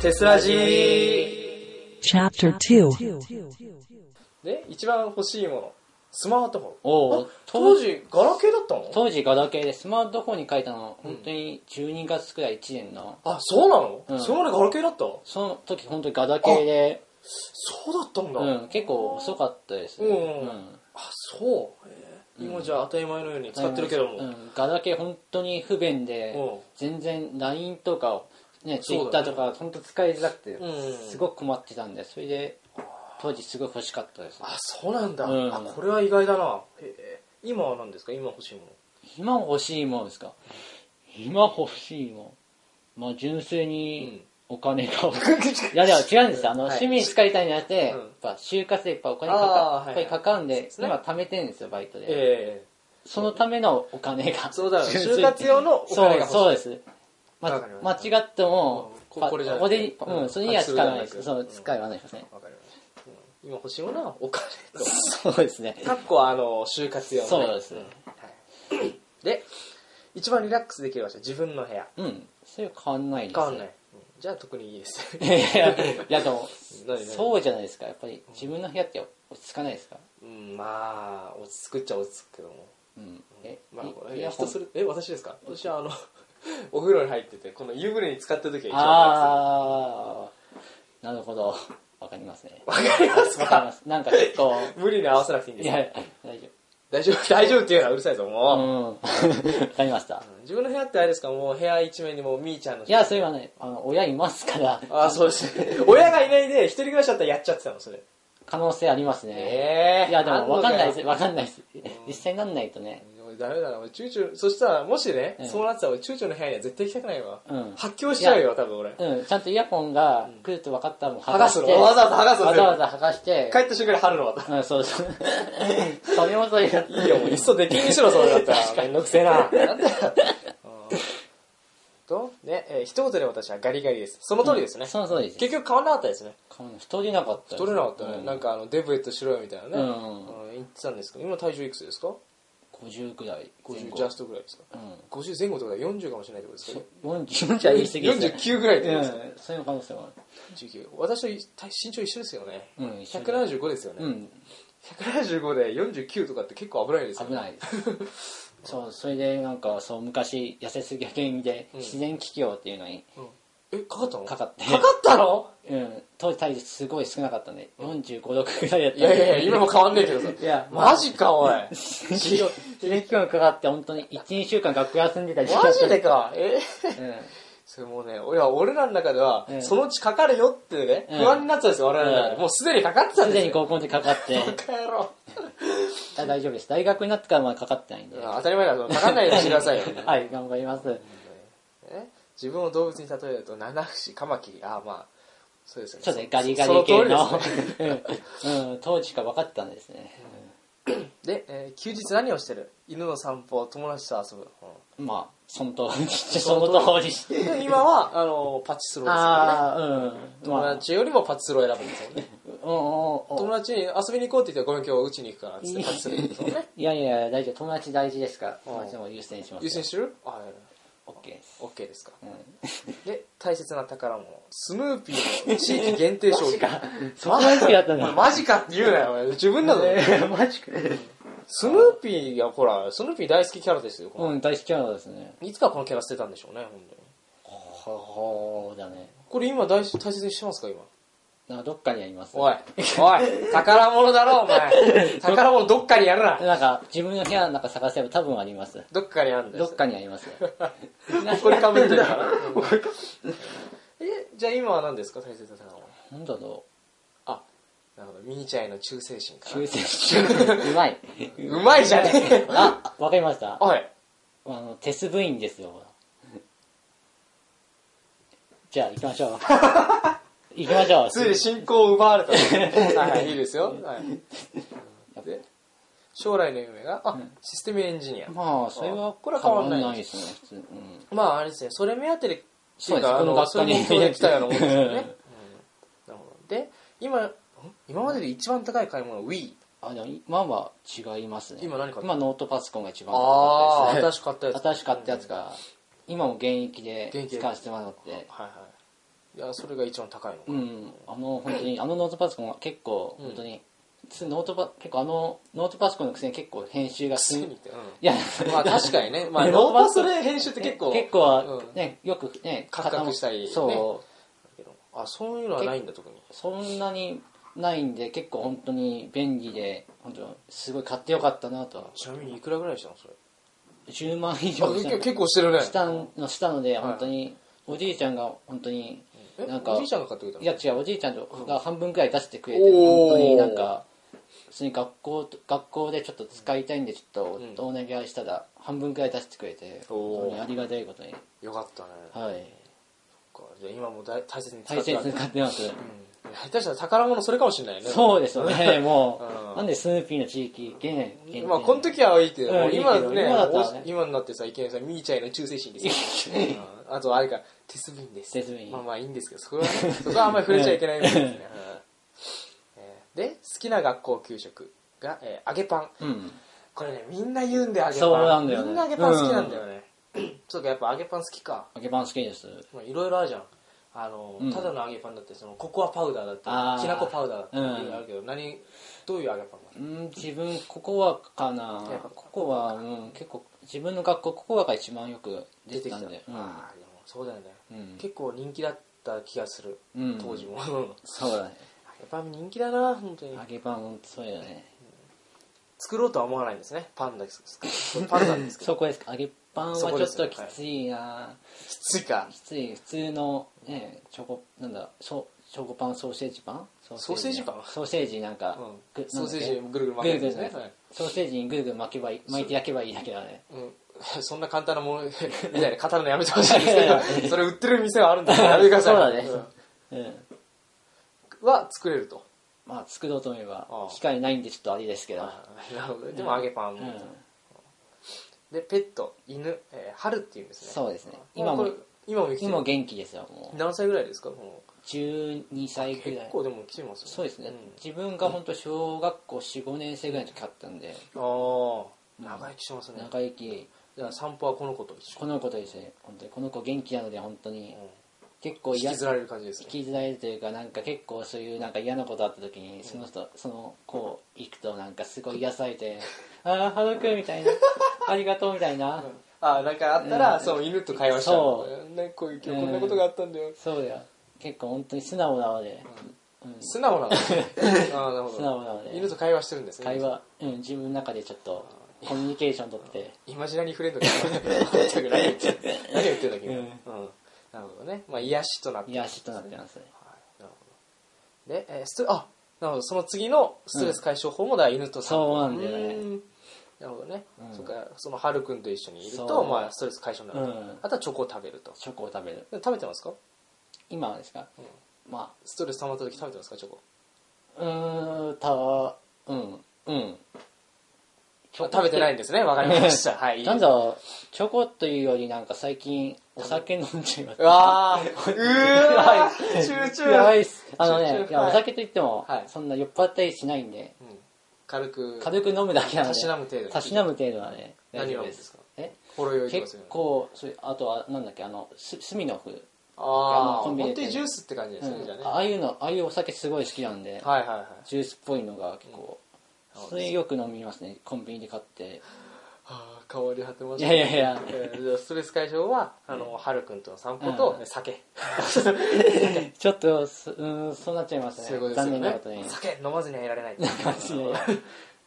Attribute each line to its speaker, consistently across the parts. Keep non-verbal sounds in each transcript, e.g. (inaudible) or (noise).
Speaker 1: テスラジー
Speaker 2: Chapter 2.
Speaker 1: で、一番欲しいもの。スマートフォン。
Speaker 3: お
Speaker 1: あ
Speaker 3: う
Speaker 1: 当時、ガラケーだったの
Speaker 3: 当時ガラケーでスマートフォンに書いたの本当に12月くらい1年の、
Speaker 1: あ、そうなの、
Speaker 3: うん
Speaker 1: それまでガラケーだった
Speaker 3: その時本当にガラケーで、
Speaker 1: そうだったんだ。
Speaker 3: うん、結構遅かったですね、
Speaker 1: うんあ、そう。へえ今じゃあ当たり前のように使ってるけども。
Speaker 3: うん、ガラケー本当に不便で、
Speaker 1: うん
Speaker 3: 全然 LINE とかを、ね、
Speaker 1: そうだ
Speaker 3: Twitter
Speaker 1: ね
Speaker 3: とか本当使いづらくて、
Speaker 1: うん
Speaker 3: すごく困ってたんでそれで当時すごい欲しかったです
Speaker 1: あ、そうなんだ。
Speaker 3: うん
Speaker 1: あ、これは意外だな。へえ今は何ですか今欲しいもの。
Speaker 3: 今欲しいものですか今欲しいものまあ純粋にお金が、
Speaker 1: (laughs)
Speaker 3: いやでも違うんですよあの、
Speaker 1: はい
Speaker 3: 趣味に使いたいになって、
Speaker 1: うん
Speaker 3: やっぱ就活でやっぱお金か
Speaker 1: あー
Speaker 3: かや
Speaker 1: は
Speaker 3: っ
Speaker 1: い
Speaker 3: ぱりかかるんで、
Speaker 1: ね
Speaker 3: 今貯めてるんですよバイトで、
Speaker 1: え
Speaker 3: そのためのお金が
Speaker 1: そうだよね
Speaker 3: 純粋に
Speaker 1: 就活用のお金が欲しい
Speaker 3: そうそうです、ま
Speaker 1: わかりま
Speaker 3: 間
Speaker 1: した
Speaker 3: 違っても、
Speaker 1: うんこ
Speaker 3: ま
Speaker 1: これじゃな
Speaker 3: こ
Speaker 1: くて
Speaker 3: で
Speaker 1: う
Speaker 3: うんん、それには使わないです、
Speaker 1: 発想
Speaker 3: そ
Speaker 1: がな
Speaker 3: う
Speaker 1: く
Speaker 3: 使いはないですね
Speaker 1: え、わかります。うん今欲しいものはお金
Speaker 3: (laughs)
Speaker 1: と。
Speaker 3: そうですね
Speaker 1: かっこあの就活用の、
Speaker 3: そうですね
Speaker 1: うんはいで一番リラックスできる場所自分の部屋
Speaker 3: うんそれは変わんないんです
Speaker 1: 変
Speaker 3: よ
Speaker 1: わんない、うんじゃあ特にいいです
Speaker 3: (laughs) いやいやでも
Speaker 1: 何何
Speaker 3: そうじゃないですかやっぱり自分の部屋って落ち着かないですか
Speaker 1: うんまあ落ち着くっちゃ落ち着くけども
Speaker 3: うんえ
Speaker 1: まあこれ
Speaker 3: イヤホ
Speaker 1: 人
Speaker 3: ン
Speaker 1: それえ私ですか私はあの (laughs) お風呂に入っててこの湯船に使った時は一番
Speaker 3: ああなるほどわかりま
Speaker 1: (laughs)
Speaker 3: すねわ
Speaker 1: リラックスわかりますか
Speaker 3: かりますなんか結構
Speaker 1: 無理に合わせ (laughs) なくていいんで
Speaker 3: い
Speaker 1: す
Speaker 3: や
Speaker 1: よ
Speaker 3: いや大
Speaker 1: 大丈
Speaker 3: 丈
Speaker 1: 夫大丈夫っていうのはうるさいぞ
Speaker 3: 夫
Speaker 1: も
Speaker 3: うんわかりました
Speaker 1: う、自分の部屋ってあれですかもう部屋一面にもうみーちゃんの
Speaker 3: いやそれはねあの親いますから
Speaker 1: ああそうですね親がいないで一人暮らしだったらやっちゃってたのそれ
Speaker 3: 可能性ありますね
Speaker 1: え
Speaker 3: いやでもわかんない
Speaker 1: す
Speaker 3: ですわかんないです実際になんないとね
Speaker 1: 俺ダメだな、俺、チューチュー、そしたら、もしね、
Speaker 3: うん
Speaker 1: そうなってたら、俺、チューチューの部屋には絶対行きたくないわ。
Speaker 3: うん
Speaker 1: 発狂しちゃうよ、多分俺。
Speaker 3: うんちゃんとイヤホンが来ると分かったらもう剥
Speaker 1: 剥がすのわざわざ剥がすの
Speaker 3: わざわざ剥がして
Speaker 1: 帰った瞬間に貼るの、また。
Speaker 3: うん、そうそう。それもそれだ
Speaker 1: いいよ、もう、いっそ出禁にしろ、それだったら。めんどくせえ (laughs) な。なんだよ。うんと、ね、えー一言で私はガリガリです。その通りですね。
Speaker 3: そうそうです。
Speaker 1: 結局変わんなかったですね。
Speaker 3: 太りなかった。
Speaker 1: 太れなかったね。
Speaker 3: うん
Speaker 1: なんか、あの、デブエットしろよ、みたいなね。
Speaker 3: うん
Speaker 1: うん言ってたんですけど、今体重いくつですか
Speaker 3: 50くらい。
Speaker 1: ?50 ジャストぐらいですか
Speaker 3: うん。
Speaker 1: ?50 前後ってことは40かもしれないってことですか
Speaker 3: 40じゃ言い過ぎですね。
Speaker 1: 49ぐらいってこと
Speaker 3: う
Speaker 1: ですか
Speaker 3: ん、そういう可能性もあ
Speaker 1: 19私と身長一緒ですよね、
Speaker 3: る。うん、一緒に
Speaker 1: 175ですよね、
Speaker 3: うん、
Speaker 1: 175で49とかって結構危ないですよ
Speaker 3: 危
Speaker 1: ね
Speaker 3: ないです。そう、それでなんか、そう、昔、痩せすぎが原因で、
Speaker 1: ん
Speaker 3: 自然気境っていうのに
Speaker 1: うんえかかったの
Speaker 3: かかって、
Speaker 1: かかったの
Speaker 3: うん、当時体重すごい少なかったんで、45、6くらいだった
Speaker 1: い
Speaker 3: んで。
Speaker 1: やい
Speaker 3: (laughs)
Speaker 1: やいや今も変わんねえけどさ
Speaker 3: いや
Speaker 1: マジか
Speaker 3: (laughs)
Speaker 1: おい
Speaker 3: 自然気境にかかって、本当に1、2週間学校休んでた時期だ
Speaker 1: マ
Speaker 3: った
Speaker 1: ジ
Speaker 3: ん
Speaker 1: でかえ (laughs)
Speaker 3: うん。
Speaker 1: それもうね俺は俺らの中では、
Speaker 3: うん
Speaker 1: そのうちかかるよってね
Speaker 3: うん
Speaker 1: 不安になってたんですよ我々の中で、
Speaker 3: うん
Speaker 1: もうすでにかかってたんで
Speaker 3: す
Speaker 1: す
Speaker 3: で
Speaker 1: よ
Speaker 3: に高校でか
Speaker 1: (laughs)
Speaker 3: かって、
Speaker 1: バカ野郎
Speaker 3: あ大丈夫です。大学になってからまだかかってないんで。
Speaker 1: 当たり前だぞかかんないようにしてくださいよ
Speaker 3: はい、頑張ります。
Speaker 1: え自分を動物に例えると七節カマキリああまあそうですよね
Speaker 3: そうですね、ガリガ
Speaker 1: そ
Speaker 3: リ系
Speaker 1: そ
Speaker 3: の
Speaker 1: の通りですね。 (laughs)
Speaker 3: (laughs) うんうん、当時から分かってたんですね。
Speaker 1: で、えー休日何をしてる犬の散歩友達と遊ぶ、
Speaker 3: うんまあ、その
Speaker 1: (laughs)
Speaker 3: 通りにして、その通りして。
Speaker 1: で今はあのパチスローですからね
Speaker 3: ああ、うん。
Speaker 1: 友
Speaker 3: まあ、
Speaker 1: 達よりもパチスロを選ぶんですよね
Speaker 3: うんうんうん
Speaker 1: 友達に遊びに行こうって言ったらごめん今日うちに行くからっつってパチスロ行くんですよね
Speaker 3: いやいやいや、大丈夫。友達大事ですから、
Speaker 1: うん
Speaker 3: 友達の方優先します。
Speaker 1: 優先してるあ
Speaker 3: オッケーです。
Speaker 1: オッケーですか
Speaker 3: うん
Speaker 1: で大切な宝物スヌーピーの地域限定商品
Speaker 3: そこが好きだったん
Speaker 1: (laughs) お前
Speaker 3: だ。
Speaker 1: マジかって言うなよお前自分だぞ、
Speaker 3: えーマジか。
Speaker 1: スヌーピーがほらスヌーピー大好きキャラですよ、
Speaker 3: (laughs) うん、大好きキャラですね。
Speaker 1: いつかこのキャラ捨てたんでしょうね本当に
Speaker 3: ほほーだね。
Speaker 1: これ今大事大切にしてますか今
Speaker 3: なんかどっかにあります。
Speaker 1: おい、おい、宝物だろ、お前。宝物どっかにやるな。
Speaker 3: なんか、自分の部屋の中探せば多分あります。
Speaker 1: どっかにあるんだ
Speaker 3: ど
Speaker 1: よ
Speaker 3: っ。かにあります。
Speaker 1: ここに被ってるから。え、じゃあ今は何ですか、大切な宝物。
Speaker 3: なんだろ
Speaker 1: あ、なるほど、ミニチャイの忠誠心
Speaker 3: う、
Speaker 1: か
Speaker 3: 修正中。うまい。
Speaker 1: (laughs) な。うまいじゃねえよ。
Speaker 3: あ、わかりました。あ
Speaker 1: (laughs) おい、
Speaker 3: の、テス部員ですよ。じゃあ、行きま
Speaker 1: (laughs)
Speaker 3: しょう。行きましょう。
Speaker 1: ついに信仰を奪われた。 (laughs) はいはい、いいですよ。はい。で、将来の夢が、あ、システムエンジニア。
Speaker 3: まあ、それは、
Speaker 1: これは変わんない
Speaker 3: ですね、普通。うん。
Speaker 1: まあ、あれですね、それ目当てで、って
Speaker 3: そ
Speaker 1: いうう
Speaker 3: です、
Speaker 1: か、あ
Speaker 3: この
Speaker 1: の、
Speaker 3: 学
Speaker 1: そう
Speaker 3: 科
Speaker 1: いう
Speaker 3: に
Speaker 1: 人が来たようなもん (laughs) ですよ
Speaker 3: う
Speaker 1: ね
Speaker 3: ん。
Speaker 1: なるほど。で、今、ん今までで一番高い買い物は Wii。
Speaker 3: あ、でも、今は違いますね。
Speaker 1: 今何買った
Speaker 3: 今、ノートパソコンが一番
Speaker 1: あ
Speaker 3: 高
Speaker 1: あ、
Speaker 3: かったで
Speaker 1: 新
Speaker 3: す
Speaker 1: しかった
Speaker 3: ね。
Speaker 1: やつ。
Speaker 3: 新しかったやつが、今も現役で
Speaker 1: 現役で
Speaker 3: 使わせてもらって、
Speaker 1: はいはいやそれが一番高いのか、
Speaker 3: うん、あの本当にあのノートパソコンは結構
Speaker 1: うん
Speaker 3: 本当に、つノートパ結構あのノートパソコンのくせに結構編集がす
Speaker 1: 隅
Speaker 3: ん
Speaker 1: っ
Speaker 3: い
Speaker 1: て、うん
Speaker 3: や (laughs)
Speaker 1: まあ確かに (laughs) ね、まあ、
Speaker 3: ね
Speaker 1: ノーパスで編集って結構
Speaker 3: 結構は
Speaker 1: うん
Speaker 3: ね、よくね
Speaker 1: カクカク
Speaker 3: 傾
Speaker 1: したりね
Speaker 3: そう
Speaker 1: あそういうのはないんだ特に
Speaker 3: そんなにないんで結構本当に便利で本当すごい買ってよかったなとは
Speaker 1: ちなみにいくらぐらいしたのそれ
Speaker 3: 10万以上した
Speaker 1: あ結構してるね
Speaker 3: したのしたので本当におじいちゃんが本当に
Speaker 1: え
Speaker 3: なんか
Speaker 1: おじいちゃんが買ってくれたの
Speaker 3: いや違うおじいちゃんとが半分くらい出してくれて
Speaker 1: おー
Speaker 3: 本当になんか普通に学校と学校でちょっと使いたいんでちょっとお願いしたら半分くらい出してくれて
Speaker 1: おー
Speaker 3: 本当にありがたいことに
Speaker 1: よかったね、
Speaker 3: はい
Speaker 1: そっかじゃあ今も大大切に使
Speaker 3: 大
Speaker 1: って
Speaker 3: 切
Speaker 1: るわけ
Speaker 3: に使ってます
Speaker 1: (laughs) うん下手したら宝物それかもしれないよね
Speaker 3: そうですよ
Speaker 1: (laughs)
Speaker 3: ねも
Speaker 1: うん
Speaker 3: うなんでスヌーピーの地域限定
Speaker 1: まあこの時はいいけど、
Speaker 3: うん
Speaker 1: もう今
Speaker 3: いいけど
Speaker 1: ね
Speaker 3: 今だったらね
Speaker 1: お今になってさいきなりさミーチャイの忠誠心
Speaker 3: (laughs)
Speaker 1: ですよ、うんあとあれか手すびんです
Speaker 3: 手すびん
Speaker 1: まあまあいいんですけどそこはね、そこはあんまり触れちゃいけないんです
Speaker 3: (laughs)
Speaker 1: ね、うんえーで好きな学校給食が、えー揚げパン
Speaker 3: うん
Speaker 1: これねみんな言うんで揚げパン
Speaker 3: そうなんだよね
Speaker 1: みんな揚げパン好きなんだよね、 (clears throat) そうかやっぱ揚げパン好きか
Speaker 3: 揚げパン好きです
Speaker 1: まあいろいろあるじゃんあの、
Speaker 3: うん
Speaker 1: ただの揚げパンだってそのココアパウダーだって
Speaker 3: あー
Speaker 1: きなこパウダーだってい
Speaker 3: うん
Speaker 1: ろいろあるけど、何どういう揚げパン
Speaker 3: うん自分ここはかな
Speaker 1: やっぱ
Speaker 3: ここはうん結構自分の学校ここはが一番よく
Speaker 1: が出
Speaker 3: 出
Speaker 1: て
Speaker 3: て
Speaker 1: き
Speaker 3: た
Speaker 1: た
Speaker 3: ん
Speaker 1: の、
Speaker 3: で
Speaker 1: ああでもそうだよね、
Speaker 3: うん
Speaker 1: 結構人気だった気がする、
Speaker 3: うん
Speaker 1: 当時も (laughs) 揚
Speaker 3: そうだね
Speaker 1: げパン人気だな本当に
Speaker 3: 揚げパン本当そうだよね
Speaker 1: 作ろうとは思わないんですねパンだけ作るパンなんですけど
Speaker 3: そこですか揚げパンはちょっときついな、
Speaker 1: (laughs) きついか
Speaker 3: きつい普通のねチョコなんだしょチョコパンソーセージパンソ
Speaker 1: ソーセージパン
Speaker 3: ソーセージなんか、
Speaker 1: うん
Speaker 3: ぐ
Speaker 1: ソーセージ
Speaker 3: なんだっ
Speaker 1: ぐるぐる
Speaker 3: け
Speaker 1: 巻くやつです
Speaker 3: ぐるぐ
Speaker 1: ね
Speaker 3: る
Speaker 1: はい
Speaker 3: ソーセージにぐるぐる巻けばいい巻いて焼けばいいだけだね
Speaker 1: うん、 (laughs) そんな簡単なものみたいな語るのやめてほしいん
Speaker 3: (laughs)
Speaker 1: ですけどそれ売ってる店はあるんだからやめてください
Speaker 3: そうだねうん、
Speaker 1: うんは作れると (laughs)
Speaker 3: まあ作ろうと思え
Speaker 1: ああ
Speaker 3: ば機会ないんでちょっとあれですけど、
Speaker 1: あーなるほどでも揚げパン
Speaker 3: う
Speaker 1: も、
Speaker 3: ん、
Speaker 1: でペット犬、えー春っていうんですね
Speaker 3: そうですね
Speaker 1: 今
Speaker 3: 今
Speaker 1: も
Speaker 3: も
Speaker 1: うこれ今も生きて
Speaker 3: 今
Speaker 1: る
Speaker 3: 元気ですよもう
Speaker 1: 何歳ぐらいですかも
Speaker 3: 12歳
Speaker 1: う
Speaker 3: ぐ
Speaker 1: 結
Speaker 3: らい
Speaker 1: 構でも来てますよね
Speaker 3: そうですね、
Speaker 1: ん
Speaker 3: 自分が本当小学校45年生ぐらいの時買ったんで
Speaker 1: ああ長生きしてますね
Speaker 3: 長生き
Speaker 1: じゃあ散歩はこの子と一緒
Speaker 3: この子とですね本当にこの子元気なので本当に
Speaker 1: う
Speaker 3: 結構
Speaker 1: ん引
Speaker 3: 嫌
Speaker 1: きずられる感じです
Speaker 3: 引
Speaker 1: ね
Speaker 3: きずられるというかなんか結構そういうなんか嫌なことあった時にその人その子行くとなんかすごい癒されて「ああハロくん」みた
Speaker 1: (laughs)
Speaker 3: いな「ありがとう」みたいな
Speaker 1: あーなんかあったら、その犬と会話しちゃうの
Speaker 3: そ
Speaker 1: ねこういう今日こんなことがあったんだよ、
Speaker 3: そうだよ結構本当に素直なので、うん
Speaker 1: 素
Speaker 3: (laughs)
Speaker 1: 直なのあーなるほど
Speaker 3: 素直なので
Speaker 1: 犬と会話してるんですね
Speaker 3: 会話、うん、自分の中でちょっとコミュニケーション取って
Speaker 1: イマジナリーフレンドが全く何言ってんだ何言ってんだ君は、
Speaker 3: うん
Speaker 1: うんなるほどねまあ癒しとなって
Speaker 3: 癒しとなってますね
Speaker 1: はいなるほど。で、えーストレあなるほど、その次のストレス解消法もだから犬と散歩
Speaker 3: そうなんだよね
Speaker 1: うんなるほどね。
Speaker 3: うん
Speaker 1: そっか、そのハルくんと一緒にいる
Speaker 3: そ
Speaker 1: と、
Speaker 3: う
Speaker 1: まあ、ストレス解消になると。
Speaker 3: うん
Speaker 1: あとはチョコを食べると。
Speaker 3: チョコを食べる
Speaker 1: で食べてますか
Speaker 3: 今はですか、ま
Speaker 1: ストレス溜まった時食べてますかチョコ。
Speaker 3: あうーんたうんうん
Speaker 1: あ食べてないんですね。わかりました。はい。
Speaker 3: なんだろうチョコというよりなんか最近お酒飲んじゃいま
Speaker 1: う
Speaker 3: す
Speaker 1: わー、うーわー、チューチュー。
Speaker 3: やばいっすあの
Speaker 1: チューチ
Speaker 3: ね
Speaker 1: ュー
Speaker 3: いや
Speaker 1: はい
Speaker 3: お酒といっても
Speaker 1: はい
Speaker 3: そんな酔っ払ったりしないんで
Speaker 1: うん軽く、
Speaker 3: 軽く飲むだけなの
Speaker 1: た
Speaker 3: で
Speaker 1: しなむ程度
Speaker 3: たしなむ程度はね
Speaker 1: 何
Speaker 3: 大
Speaker 1: 飲
Speaker 3: 丈夫
Speaker 1: むん
Speaker 3: で
Speaker 1: です
Speaker 3: す
Speaker 1: か
Speaker 3: え
Speaker 1: ほろ酔いとかす
Speaker 3: 結
Speaker 1: るの。
Speaker 3: 構それあとはなんだっけあのススミノフ
Speaker 1: あ
Speaker 3: あのコ
Speaker 1: ー、
Speaker 3: ンビニ
Speaker 1: 本
Speaker 3: で
Speaker 1: 当にジュースって感じで
Speaker 3: う
Speaker 1: すね、じゃ
Speaker 3: んあ
Speaker 1: あね。
Speaker 3: あいうのああいうお酒すごい好きなんで
Speaker 1: はいはいはい。
Speaker 3: ジュースっぽいのが結構
Speaker 1: うん
Speaker 3: それよく飲みますねコンビニで買って
Speaker 1: はあ、変わり果てま
Speaker 3: い
Speaker 1: した
Speaker 3: やいやいや
Speaker 1: えーじゃあストレス解消は、あの、はるくんとの散歩
Speaker 3: う
Speaker 1: と
Speaker 3: ん (laughs)
Speaker 1: 酒。
Speaker 3: ちょっとすうんそうなっちゃいます
Speaker 1: そういうこと
Speaker 3: ね
Speaker 1: ですよ
Speaker 3: 残念な
Speaker 1: ね
Speaker 3: ことに。
Speaker 1: 酒飲まずにはいられない。
Speaker 3: まずにはいられ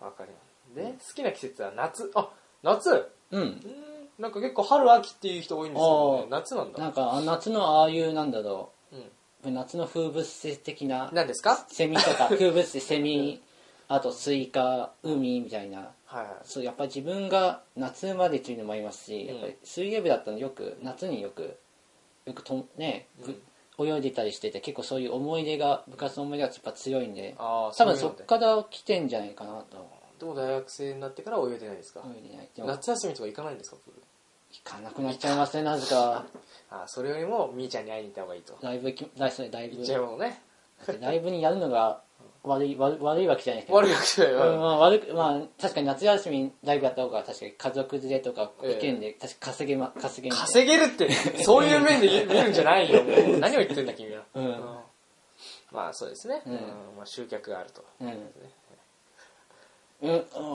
Speaker 1: わかります。で、好きな季節は夏。あ、夏
Speaker 3: (laughs) うん
Speaker 1: うんなんか結構春、秋っていう人多いんですけどね
Speaker 3: あ。ー
Speaker 1: 夏なん
Speaker 3: な
Speaker 1: だ。
Speaker 3: んかあ夏のああいうなんだろ
Speaker 1: うん。
Speaker 3: う夏の風物詩的な
Speaker 1: 何ですか
Speaker 3: セミと
Speaker 1: (laughs)
Speaker 3: か風物詩セミあとスイカ海みたいな
Speaker 1: はいはい。
Speaker 3: そうやっぱ自分が夏生まれっていうのもありますしやっぱり水泳部だったのよく夏によくよくとね、ぶ泳いでたりしてて結構そういう思い出が部活の思い出がやっぱ強いんで
Speaker 1: あー
Speaker 3: 多分
Speaker 1: そうい
Speaker 3: そう
Speaker 1: ので
Speaker 3: っから来てんじゃないかなと
Speaker 1: でも大学生になってから泳いでないですか
Speaker 3: 泳いでないでも行
Speaker 1: 夏休みとか行かないんですかプール。
Speaker 3: かなくなっちゃいますねなぜか
Speaker 1: あー、それよりも、みーちゃんに会いに行った方がいいと。
Speaker 3: (laughs) ライブ行きライブライ
Speaker 1: 行っちゃ
Speaker 3: ブ
Speaker 1: うもんね。
Speaker 3: ライブにやるのが悪い悪い悪いわけじゃないですけど
Speaker 1: 悪いわけじゃない
Speaker 3: うんまあ、悪くまあ確かに夏休みライブやった方が確かに家族連れとか
Speaker 1: ええ
Speaker 3: 意見で確か稼げま稼げ
Speaker 1: 稼げる
Speaker 3: (laughs)
Speaker 1: って、そういう面で言う見るんじゃないよ。もう何を言ってんだ、君は。
Speaker 3: うん
Speaker 1: まあ、そうですね。
Speaker 3: うん
Speaker 1: うんまあ、集客があると。
Speaker 3: げうん、うん、お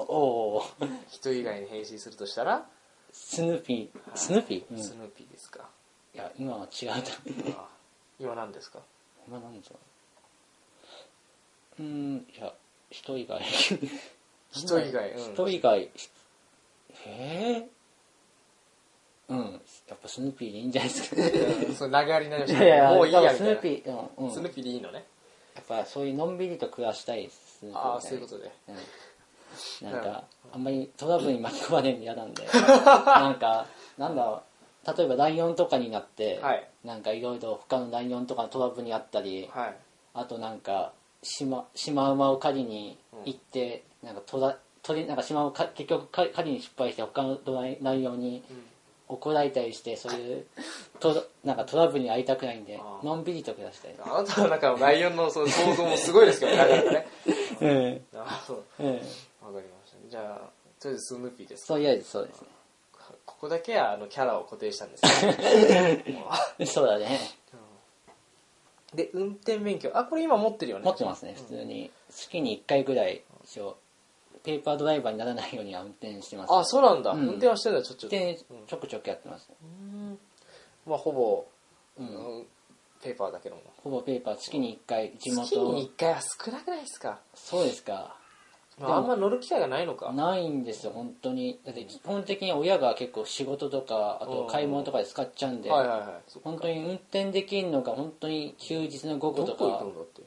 Speaker 3: おー
Speaker 1: 人以外に変身するとしたら、
Speaker 3: スヌーピースヌーピー、うん、い
Speaker 1: スヌーピーですか。
Speaker 3: や今は違うと
Speaker 1: あ今何ですか
Speaker 3: 今なんだろううんいや人以外
Speaker 1: (laughs) 人以外。うん
Speaker 3: 人以外ええうんやっぱスヌーピーでいいんじゃな
Speaker 1: (laughs)
Speaker 3: いですか
Speaker 1: うんそう、投げやりになりまし
Speaker 3: い
Speaker 1: たね。もういいや、み
Speaker 3: で
Speaker 1: たいな。
Speaker 3: もスヌーピー、うんうん、
Speaker 1: スヌーピーでいいのね。
Speaker 3: やっぱそういうのんびりと暮らしたいですね
Speaker 1: ああ、そういうことで。 (laughs)
Speaker 3: うんなんかあんまりトラブルに巻き込まれるの嫌なんでなんかなんだろう例えばライオンとかになって、
Speaker 1: はい
Speaker 3: なんかいろいろ他のライオンとかのトラブルにあったり、
Speaker 1: はい。
Speaker 3: あとなんかシマシマウマを狩りに行って、なんかトラ鳥なんかシマウマをか結局狩狩りに失敗して他のライライオンに怒られたりしてそういうとなんかトラブルに遭いたくないんで
Speaker 1: あー
Speaker 3: のんびりと暮らしたい
Speaker 1: あなたの中のライオンのその想像もすごいですけどね、なかなかね。
Speaker 3: うん
Speaker 1: あそう。
Speaker 3: うん
Speaker 1: わかりました。じゃあ、とりあえずスヌーピーです。
Speaker 3: そういやそ
Speaker 1: (laughs)
Speaker 3: うですね
Speaker 1: ここだけはあのキャラを固定したんですね。
Speaker 3: そうだね
Speaker 1: で、運転免許。あ、これ今持ってるよね。
Speaker 3: 持ってますね普通に月に1回ぐらい一応ペーパードライバーにならないようには運転してます、
Speaker 1: あ、そうなんだ。
Speaker 3: うん
Speaker 1: 運転はしてんだ、ちょっと。
Speaker 3: 運転ちょくちょくやってます、
Speaker 1: まあ、ほぼ、
Speaker 3: うん
Speaker 1: うんペーパーだけども。
Speaker 3: ほぼペーパー月に1回地元
Speaker 1: 月に1回は少なくないですか。
Speaker 3: そうですか
Speaker 1: まあ、あんま乗る機会がないのか。
Speaker 3: ないんですよ本当にだって基本的に親が結構仕事とかあと買い物とかで使っちゃうんで、
Speaker 1: はいはいはい。そっか
Speaker 3: 本当に運転できるのが本当に休日の午後
Speaker 1: ど
Speaker 3: と
Speaker 1: こ行
Speaker 3: か
Speaker 1: くんだって。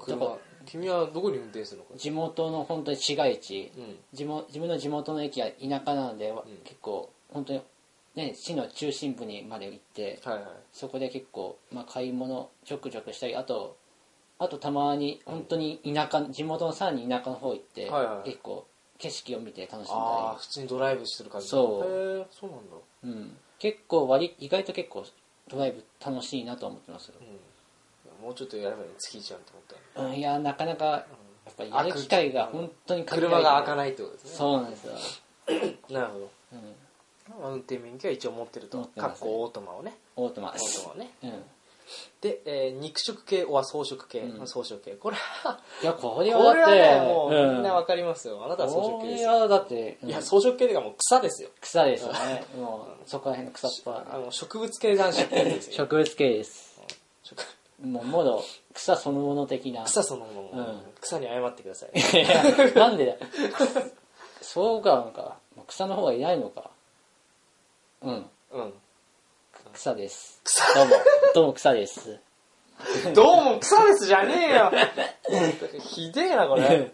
Speaker 1: 車、君はどこに運転するのか。
Speaker 3: 地元の本当に市街地、
Speaker 1: うん。
Speaker 3: 地元自分の地元の駅は田舎なので、
Speaker 1: ん
Speaker 3: 結構本当にね市の中心部にまで行って
Speaker 1: はいはい。
Speaker 3: そこで結構、まあ、買い物ちょくちょくしたりあとあとたまに本当に田舎、地元のさらに田舎の方行って、
Speaker 1: はいはい
Speaker 3: 結構景色を見て楽しん
Speaker 1: ああ、
Speaker 3: だ
Speaker 1: 普通にドライブしてる感じ
Speaker 3: そう
Speaker 1: へえ、そうなんだ。
Speaker 3: り、うん、結構割り意外と結構ドライブ楽しいなと思ってます、
Speaker 1: うん。もうちょっとやればいいの月一じゃんと思った。
Speaker 3: うん、いやなかなかやっぱりやる機会が本当に限られ
Speaker 1: 車
Speaker 3: て
Speaker 1: が開かないってことですね。
Speaker 3: そうなんですよ、
Speaker 1: なるほど。
Speaker 3: うん、
Speaker 1: まあ運転免許は一応持ってると。
Speaker 3: 持って
Speaker 1: か
Speaker 3: ますね
Speaker 1: っこオートマをね。
Speaker 3: オートマ
Speaker 1: オートマをね。
Speaker 3: うん、い
Speaker 1: で、えー肉食系、おは草食系、
Speaker 3: うん
Speaker 1: 草食系。これは、
Speaker 3: やこれはだ
Speaker 1: こ
Speaker 3: って
Speaker 1: れはね、も
Speaker 3: う
Speaker 1: うみんなわかりますよ。あなたは草食系です
Speaker 3: これ
Speaker 1: よ。
Speaker 3: はだって、うん
Speaker 1: いや、草食系っていうかもう草ですよ。
Speaker 3: 草ですよねもうそこら辺の草っ
Speaker 1: あ
Speaker 3: ぱ
Speaker 1: の、植物系男子ってやつですよ。
Speaker 3: 植物系です
Speaker 1: 植
Speaker 3: もうもろ草そのもの的な
Speaker 1: 草そのもの、
Speaker 3: うん
Speaker 1: 草に謝ってください。
Speaker 3: いや (laughs) なんでだよそうかなんか草の方がいないのかうん
Speaker 1: うん。
Speaker 3: 草ですどうもどうも草です
Speaker 1: どうも草ですじゃねえ (laughs) よひでえなこれ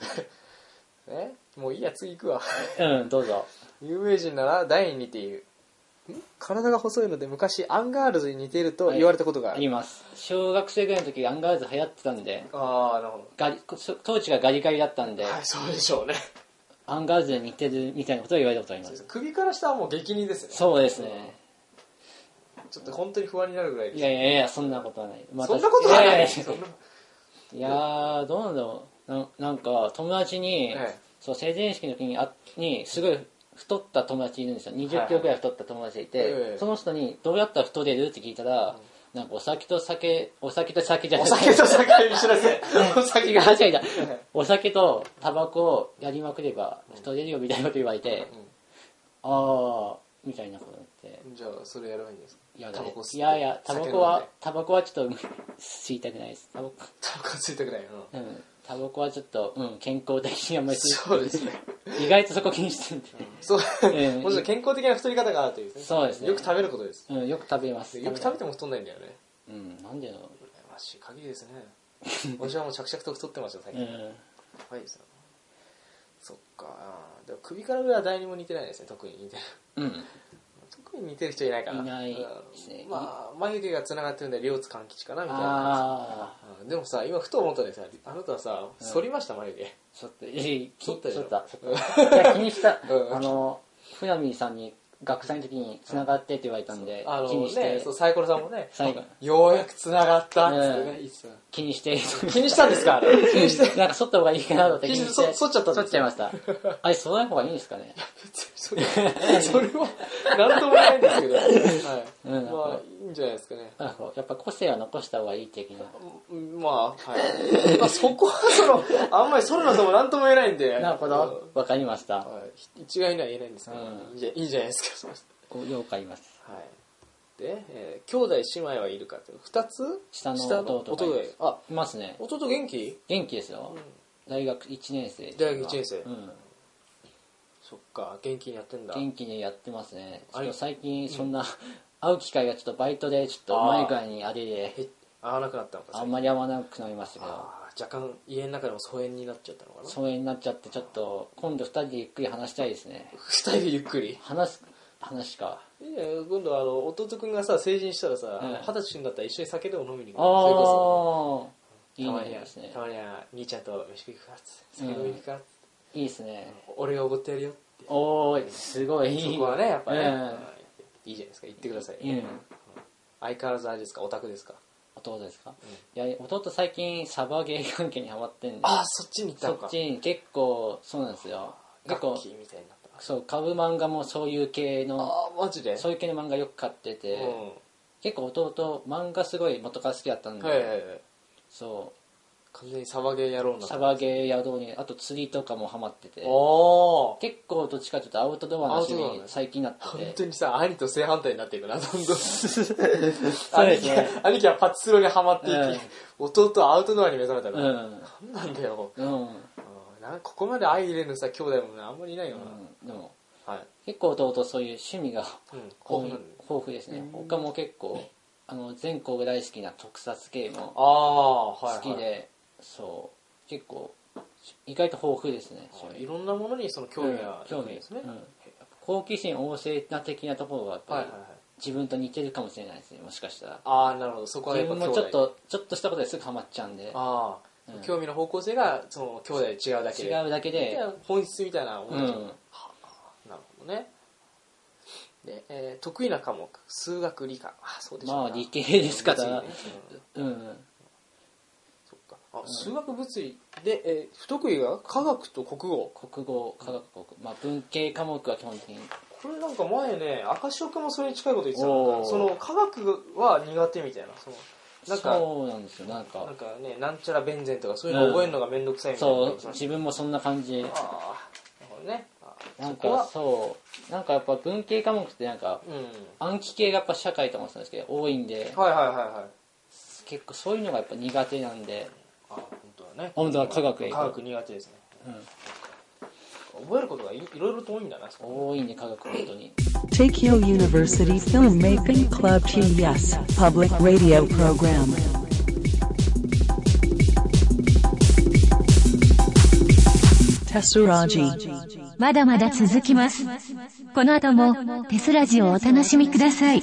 Speaker 1: えもういいや次行くわ
Speaker 3: うんどうぞ
Speaker 1: 有名人なら誰に似ているん体が細いので昔アンガールズに似ていると言われたことがあ
Speaker 3: あ
Speaker 1: る、
Speaker 3: ります小学生ぐらいの時アンガールズ流行ってたんで
Speaker 1: ああなるほ
Speaker 3: ガリ当時がガリガリだったんで
Speaker 1: どはいそうでしょうね
Speaker 3: アンガールズに似てるみたいなことを言われたことあります
Speaker 1: 首から下はもう激似ですよね
Speaker 3: そうですね
Speaker 1: ちょっと本当に不安になるぐらいで
Speaker 3: い
Speaker 1: す
Speaker 3: やいやいやそんなことはない、また
Speaker 1: そんなことはない
Speaker 3: やや
Speaker 1: そんない
Speaker 3: やーどうなんだろうななんか友達に、
Speaker 1: ええ
Speaker 3: そう成人式の時にあにすごい太った友達いるんですよ2
Speaker 1: はいは
Speaker 3: 0
Speaker 1: い
Speaker 3: キロぐらい太った友達がいて、
Speaker 1: ええ
Speaker 3: その人に「どうやったら太れる?」って聞いたら、なんかお酒と酒お酒と酒じゃな
Speaker 1: お
Speaker 3: く
Speaker 1: 酒
Speaker 3: て
Speaker 1: と酒にしなさいお酒
Speaker 3: 違う
Speaker 1: が
Speaker 3: 違う違う (laughs) お酒とタバコをやりまくれば太れるよみたいなこと言われて、ああみたいなこと言って
Speaker 1: じゃあそれやればいいんですか
Speaker 3: いやだ
Speaker 1: タ
Speaker 3: ね
Speaker 1: バコ吸って
Speaker 3: いやいやタバコ
Speaker 1: 酒飲ん
Speaker 3: は
Speaker 1: で
Speaker 3: タバコはちょっと吸いたくないですタバコ
Speaker 1: タバコ吸いたくないうん
Speaker 3: うんタバコはちょっと、うん、健康的にあんまり吸
Speaker 1: そうですね
Speaker 3: い意外とそこ気にしてるんで、
Speaker 1: そう、
Speaker 3: ええ
Speaker 1: もちろん健康的な太り方があるというですね
Speaker 3: そうですね
Speaker 1: よく食べることです
Speaker 3: うん、よく食べます
Speaker 1: よく食べても太んないんだよね
Speaker 3: うんなんでだろ
Speaker 1: 羨ましい限りですね私はもう着々と太ってました最
Speaker 3: う、う
Speaker 1: 近、
Speaker 3: ん、
Speaker 1: はいですよそっかあーでも首から上は誰にも似てないですね特に似てる (laughs)
Speaker 3: うん、
Speaker 1: 特に似てる人いないかない
Speaker 3: いない
Speaker 1: うん
Speaker 3: ですね
Speaker 1: まあ眉毛がつながってるんで両津勘吉かなみたいな感
Speaker 3: ああ
Speaker 1: じうんでもさ今ふと思ったんですよあなたはさ反りました眉毛
Speaker 3: ちょっとえい
Speaker 1: 剃ったでしょ
Speaker 3: ちょっといや気にした
Speaker 1: (laughs) うん
Speaker 3: あのフナミーさんに学祭の時に繋がってって言われたんで、
Speaker 1: あ
Speaker 3: 気
Speaker 1: の
Speaker 3: にして、
Speaker 1: ね、そうサイコロさんもね、
Speaker 3: 最後
Speaker 1: ようやく繋がったっつって
Speaker 3: う
Speaker 1: ね、
Speaker 3: ん
Speaker 1: いいっすよね
Speaker 3: 気にして、
Speaker 1: 気にしたんですかあれ
Speaker 3: (laughs)
Speaker 1: 気にして。
Speaker 3: なんか剃った方がいいかなと思って気にして、
Speaker 1: そ剃っちゃったん
Speaker 3: 剃
Speaker 1: で
Speaker 3: っ
Speaker 1: す
Speaker 3: ちゃいました。あれ、剃らない方がいいんですかね。。
Speaker 1: それそれは、なんともないんですけど、はいう
Speaker 3: ん
Speaker 1: まあ、いいんじゃないですかね。
Speaker 3: なんかこうやっぱ個性は残した方がいい的な。
Speaker 1: うんまあ、はい。 (laughs) まあ、そこは、その、あんまりソルナさんもなんとも言えないんで。
Speaker 3: なるほど。わかりました。
Speaker 1: はい一概には言えないんですけど、
Speaker 3: うん
Speaker 1: いいじゃいいじゃないですか、そうです
Speaker 3: こうようわかります。
Speaker 1: はい。で、えー兄弟姉妹はいるかって、二つ
Speaker 3: 下の弟が
Speaker 1: 弟
Speaker 3: い
Speaker 1: が
Speaker 3: ま
Speaker 1: い
Speaker 3: す
Speaker 1: る。あ、
Speaker 3: いますね。
Speaker 1: 弟元気
Speaker 3: 元気ですよ。大学1年生。
Speaker 1: 大学一年生
Speaker 3: うん。
Speaker 1: そっか、元気にやってんだ。
Speaker 3: 元気にやってますね。ち
Speaker 1: あ
Speaker 3: ょっ
Speaker 1: れ
Speaker 3: と最近そんな、会う機会がちょっとバイトでちょっと前ぐらいにあれで、
Speaker 1: へ合わなくなったのか、
Speaker 3: あんまり合わなくなりましたけど。
Speaker 1: あー若干、家の中でも疎遠になっちゃったのかな。
Speaker 3: 疎遠になっちゃってちょっと今度2人でゆっくり話したいですね
Speaker 1: 二人でゆっくり。
Speaker 3: 話す話か
Speaker 1: いいね今度あの弟君がさ成人したらさ
Speaker 3: うん
Speaker 1: 二十、歳になったら一緒に酒でも飲みに行く
Speaker 3: あ
Speaker 1: それこ
Speaker 3: あ
Speaker 1: そ
Speaker 3: いい
Speaker 1: たまに
Speaker 3: ね
Speaker 1: はい
Speaker 3: いですね
Speaker 1: たまには兄ちゃんと飯食い行くかっつって酒飲みに行くかっつって、
Speaker 3: いいですね
Speaker 1: 俺がおごってやるよって
Speaker 3: おーいすごいいい
Speaker 1: そこはねやっぱね、
Speaker 3: うん
Speaker 1: いいじゃないですか言ってください、
Speaker 3: うん
Speaker 1: 相変わらずあれですかオタクですか
Speaker 3: 弟ですか、いや弟最近サバゲー関係にハマってんで
Speaker 1: ああそっちに行った
Speaker 3: そ
Speaker 1: のか
Speaker 3: っちに結構そうなんですよ結
Speaker 1: 楽
Speaker 3: 構
Speaker 1: 器みたいになった
Speaker 3: そう株漫画もそういう系の
Speaker 1: ああマジで
Speaker 3: そういう系の漫画よく買ってて、
Speaker 1: う
Speaker 3: 結構弟漫画すごい元から好きだったん
Speaker 1: ん
Speaker 3: で、
Speaker 1: はいはいはい
Speaker 3: そ
Speaker 1: 完全にサバゲーやろう
Speaker 3: う
Speaker 1: な
Speaker 3: サバゲーやろうにあと釣りとかもハマってて
Speaker 1: おお
Speaker 3: 結構どっちかというとアウトドアな趣
Speaker 1: アウトドア
Speaker 3: 味
Speaker 1: ね
Speaker 3: 最近になって
Speaker 1: 本
Speaker 3: て
Speaker 1: 当にさ兄と正反対になっていくなど
Speaker 3: (laughs)
Speaker 1: んどん
Speaker 3: うで
Speaker 1: 兄
Speaker 3: す
Speaker 1: 貴
Speaker 3: ね
Speaker 1: が兄貴はパチスロにはまっていき、
Speaker 3: うん
Speaker 1: 弟はアウトドアに目覚めた
Speaker 3: う
Speaker 1: から、
Speaker 3: ん
Speaker 1: なんなんだよ、
Speaker 3: うん、
Speaker 1: うんなんここまで相入れぬさ兄弟もねあんまりいないよな、
Speaker 3: うん、でも
Speaker 1: はい、
Speaker 3: 結構弟そういう趣味が
Speaker 1: うん、
Speaker 3: 豊
Speaker 1: こう
Speaker 3: 富
Speaker 1: なんだ
Speaker 3: 豊富ですね他も結構あの全国大好きな特撮系も
Speaker 1: ああはい、
Speaker 3: 好
Speaker 1: はい、
Speaker 3: きで、そう結構意外と豊富ですね
Speaker 1: あいろんなものにその興味が
Speaker 3: 興味
Speaker 1: ですね、
Speaker 3: うん
Speaker 1: はい
Speaker 3: 好奇心旺盛な的なところがやっぱ
Speaker 1: はい
Speaker 3: り
Speaker 1: はい
Speaker 3: 自分と似てるかもしれないですねもしかしたら
Speaker 1: ああなるほどそこはや
Speaker 3: 自
Speaker 1: っぱ
Speaker 3: 分
Speaker 1: 兄
Speaker 3: も
Speaker 1: 弟
Speaker 3: ちょっとちょっとしたことですぐハマっちゃうんで
Speaker 1: ああ、興味の方向性がその兄弟で違うだけ
Speaker 3: 違
Speaker 1: で
Speaker 3: うだけで
Speaker 1: 本質みたいなも
Speaker 3: う
Speaker 1: のじゃん
Speaker 3: ん
Speaker 1: なるほどねで、えー得意な科目数学理科あそうでしょう
Speaker 3: まあ
Speaker 1: な
Speaker 3: 理系ですか
Speaker 1: 物理
Speaker 3: ら
Speaker 1: ねうん
Speaker 3: うん
Speaker 1: そっかあ、数学物理で、えー不得意が科学と国語
Speaker 3: 国語科学国語まあ文系科目は基本的に
Speaker 1: これなんか前ね赤潮君もそれに近いこと言ってた
Speaker 3: お
Speaker 1: の
Speaker 3: ー
Speaker 1: その科学は苦手みたいなそのなんか
Speaker 3: そうなんですよなんか
Speaker 1: なんかねなんちゃら弁前とかそういうの覚えるのが面倒くさいみたいな、
Speaker 3: そう自分もそんな感じ
Speaker 1: ああなるほどねあー
Speaker 3: なん
Speaker 1: そこ
Speaker 3: か
Speaker 1: は
Speaker 3: そうなんかやっぱ文系科目ってなんか
Speaker 1: うん
Speaker 3: 暗記系がやっぱ社会と思ってたんですけど多いんで
Speaker 1: はいはいはいはい
Speaker 3: 結構そういうのがやっぱ苦手なんで
Speaker 1: あ本当だね
Speaker 3: 本当は科学へ行
Speaker 1: 科
Speaker 3: く
Speaker 1: 学苦手ですね覚えることがいいろいろと多いんだなそこ
Speaker 3: 多いんで科学本当に
Speaker 2: Takeo University Filmmaking Club TES Public Radio Program. Tessuraji.
Speaker 4: まだまだ続きます。この後もテスラジをお楽しみください。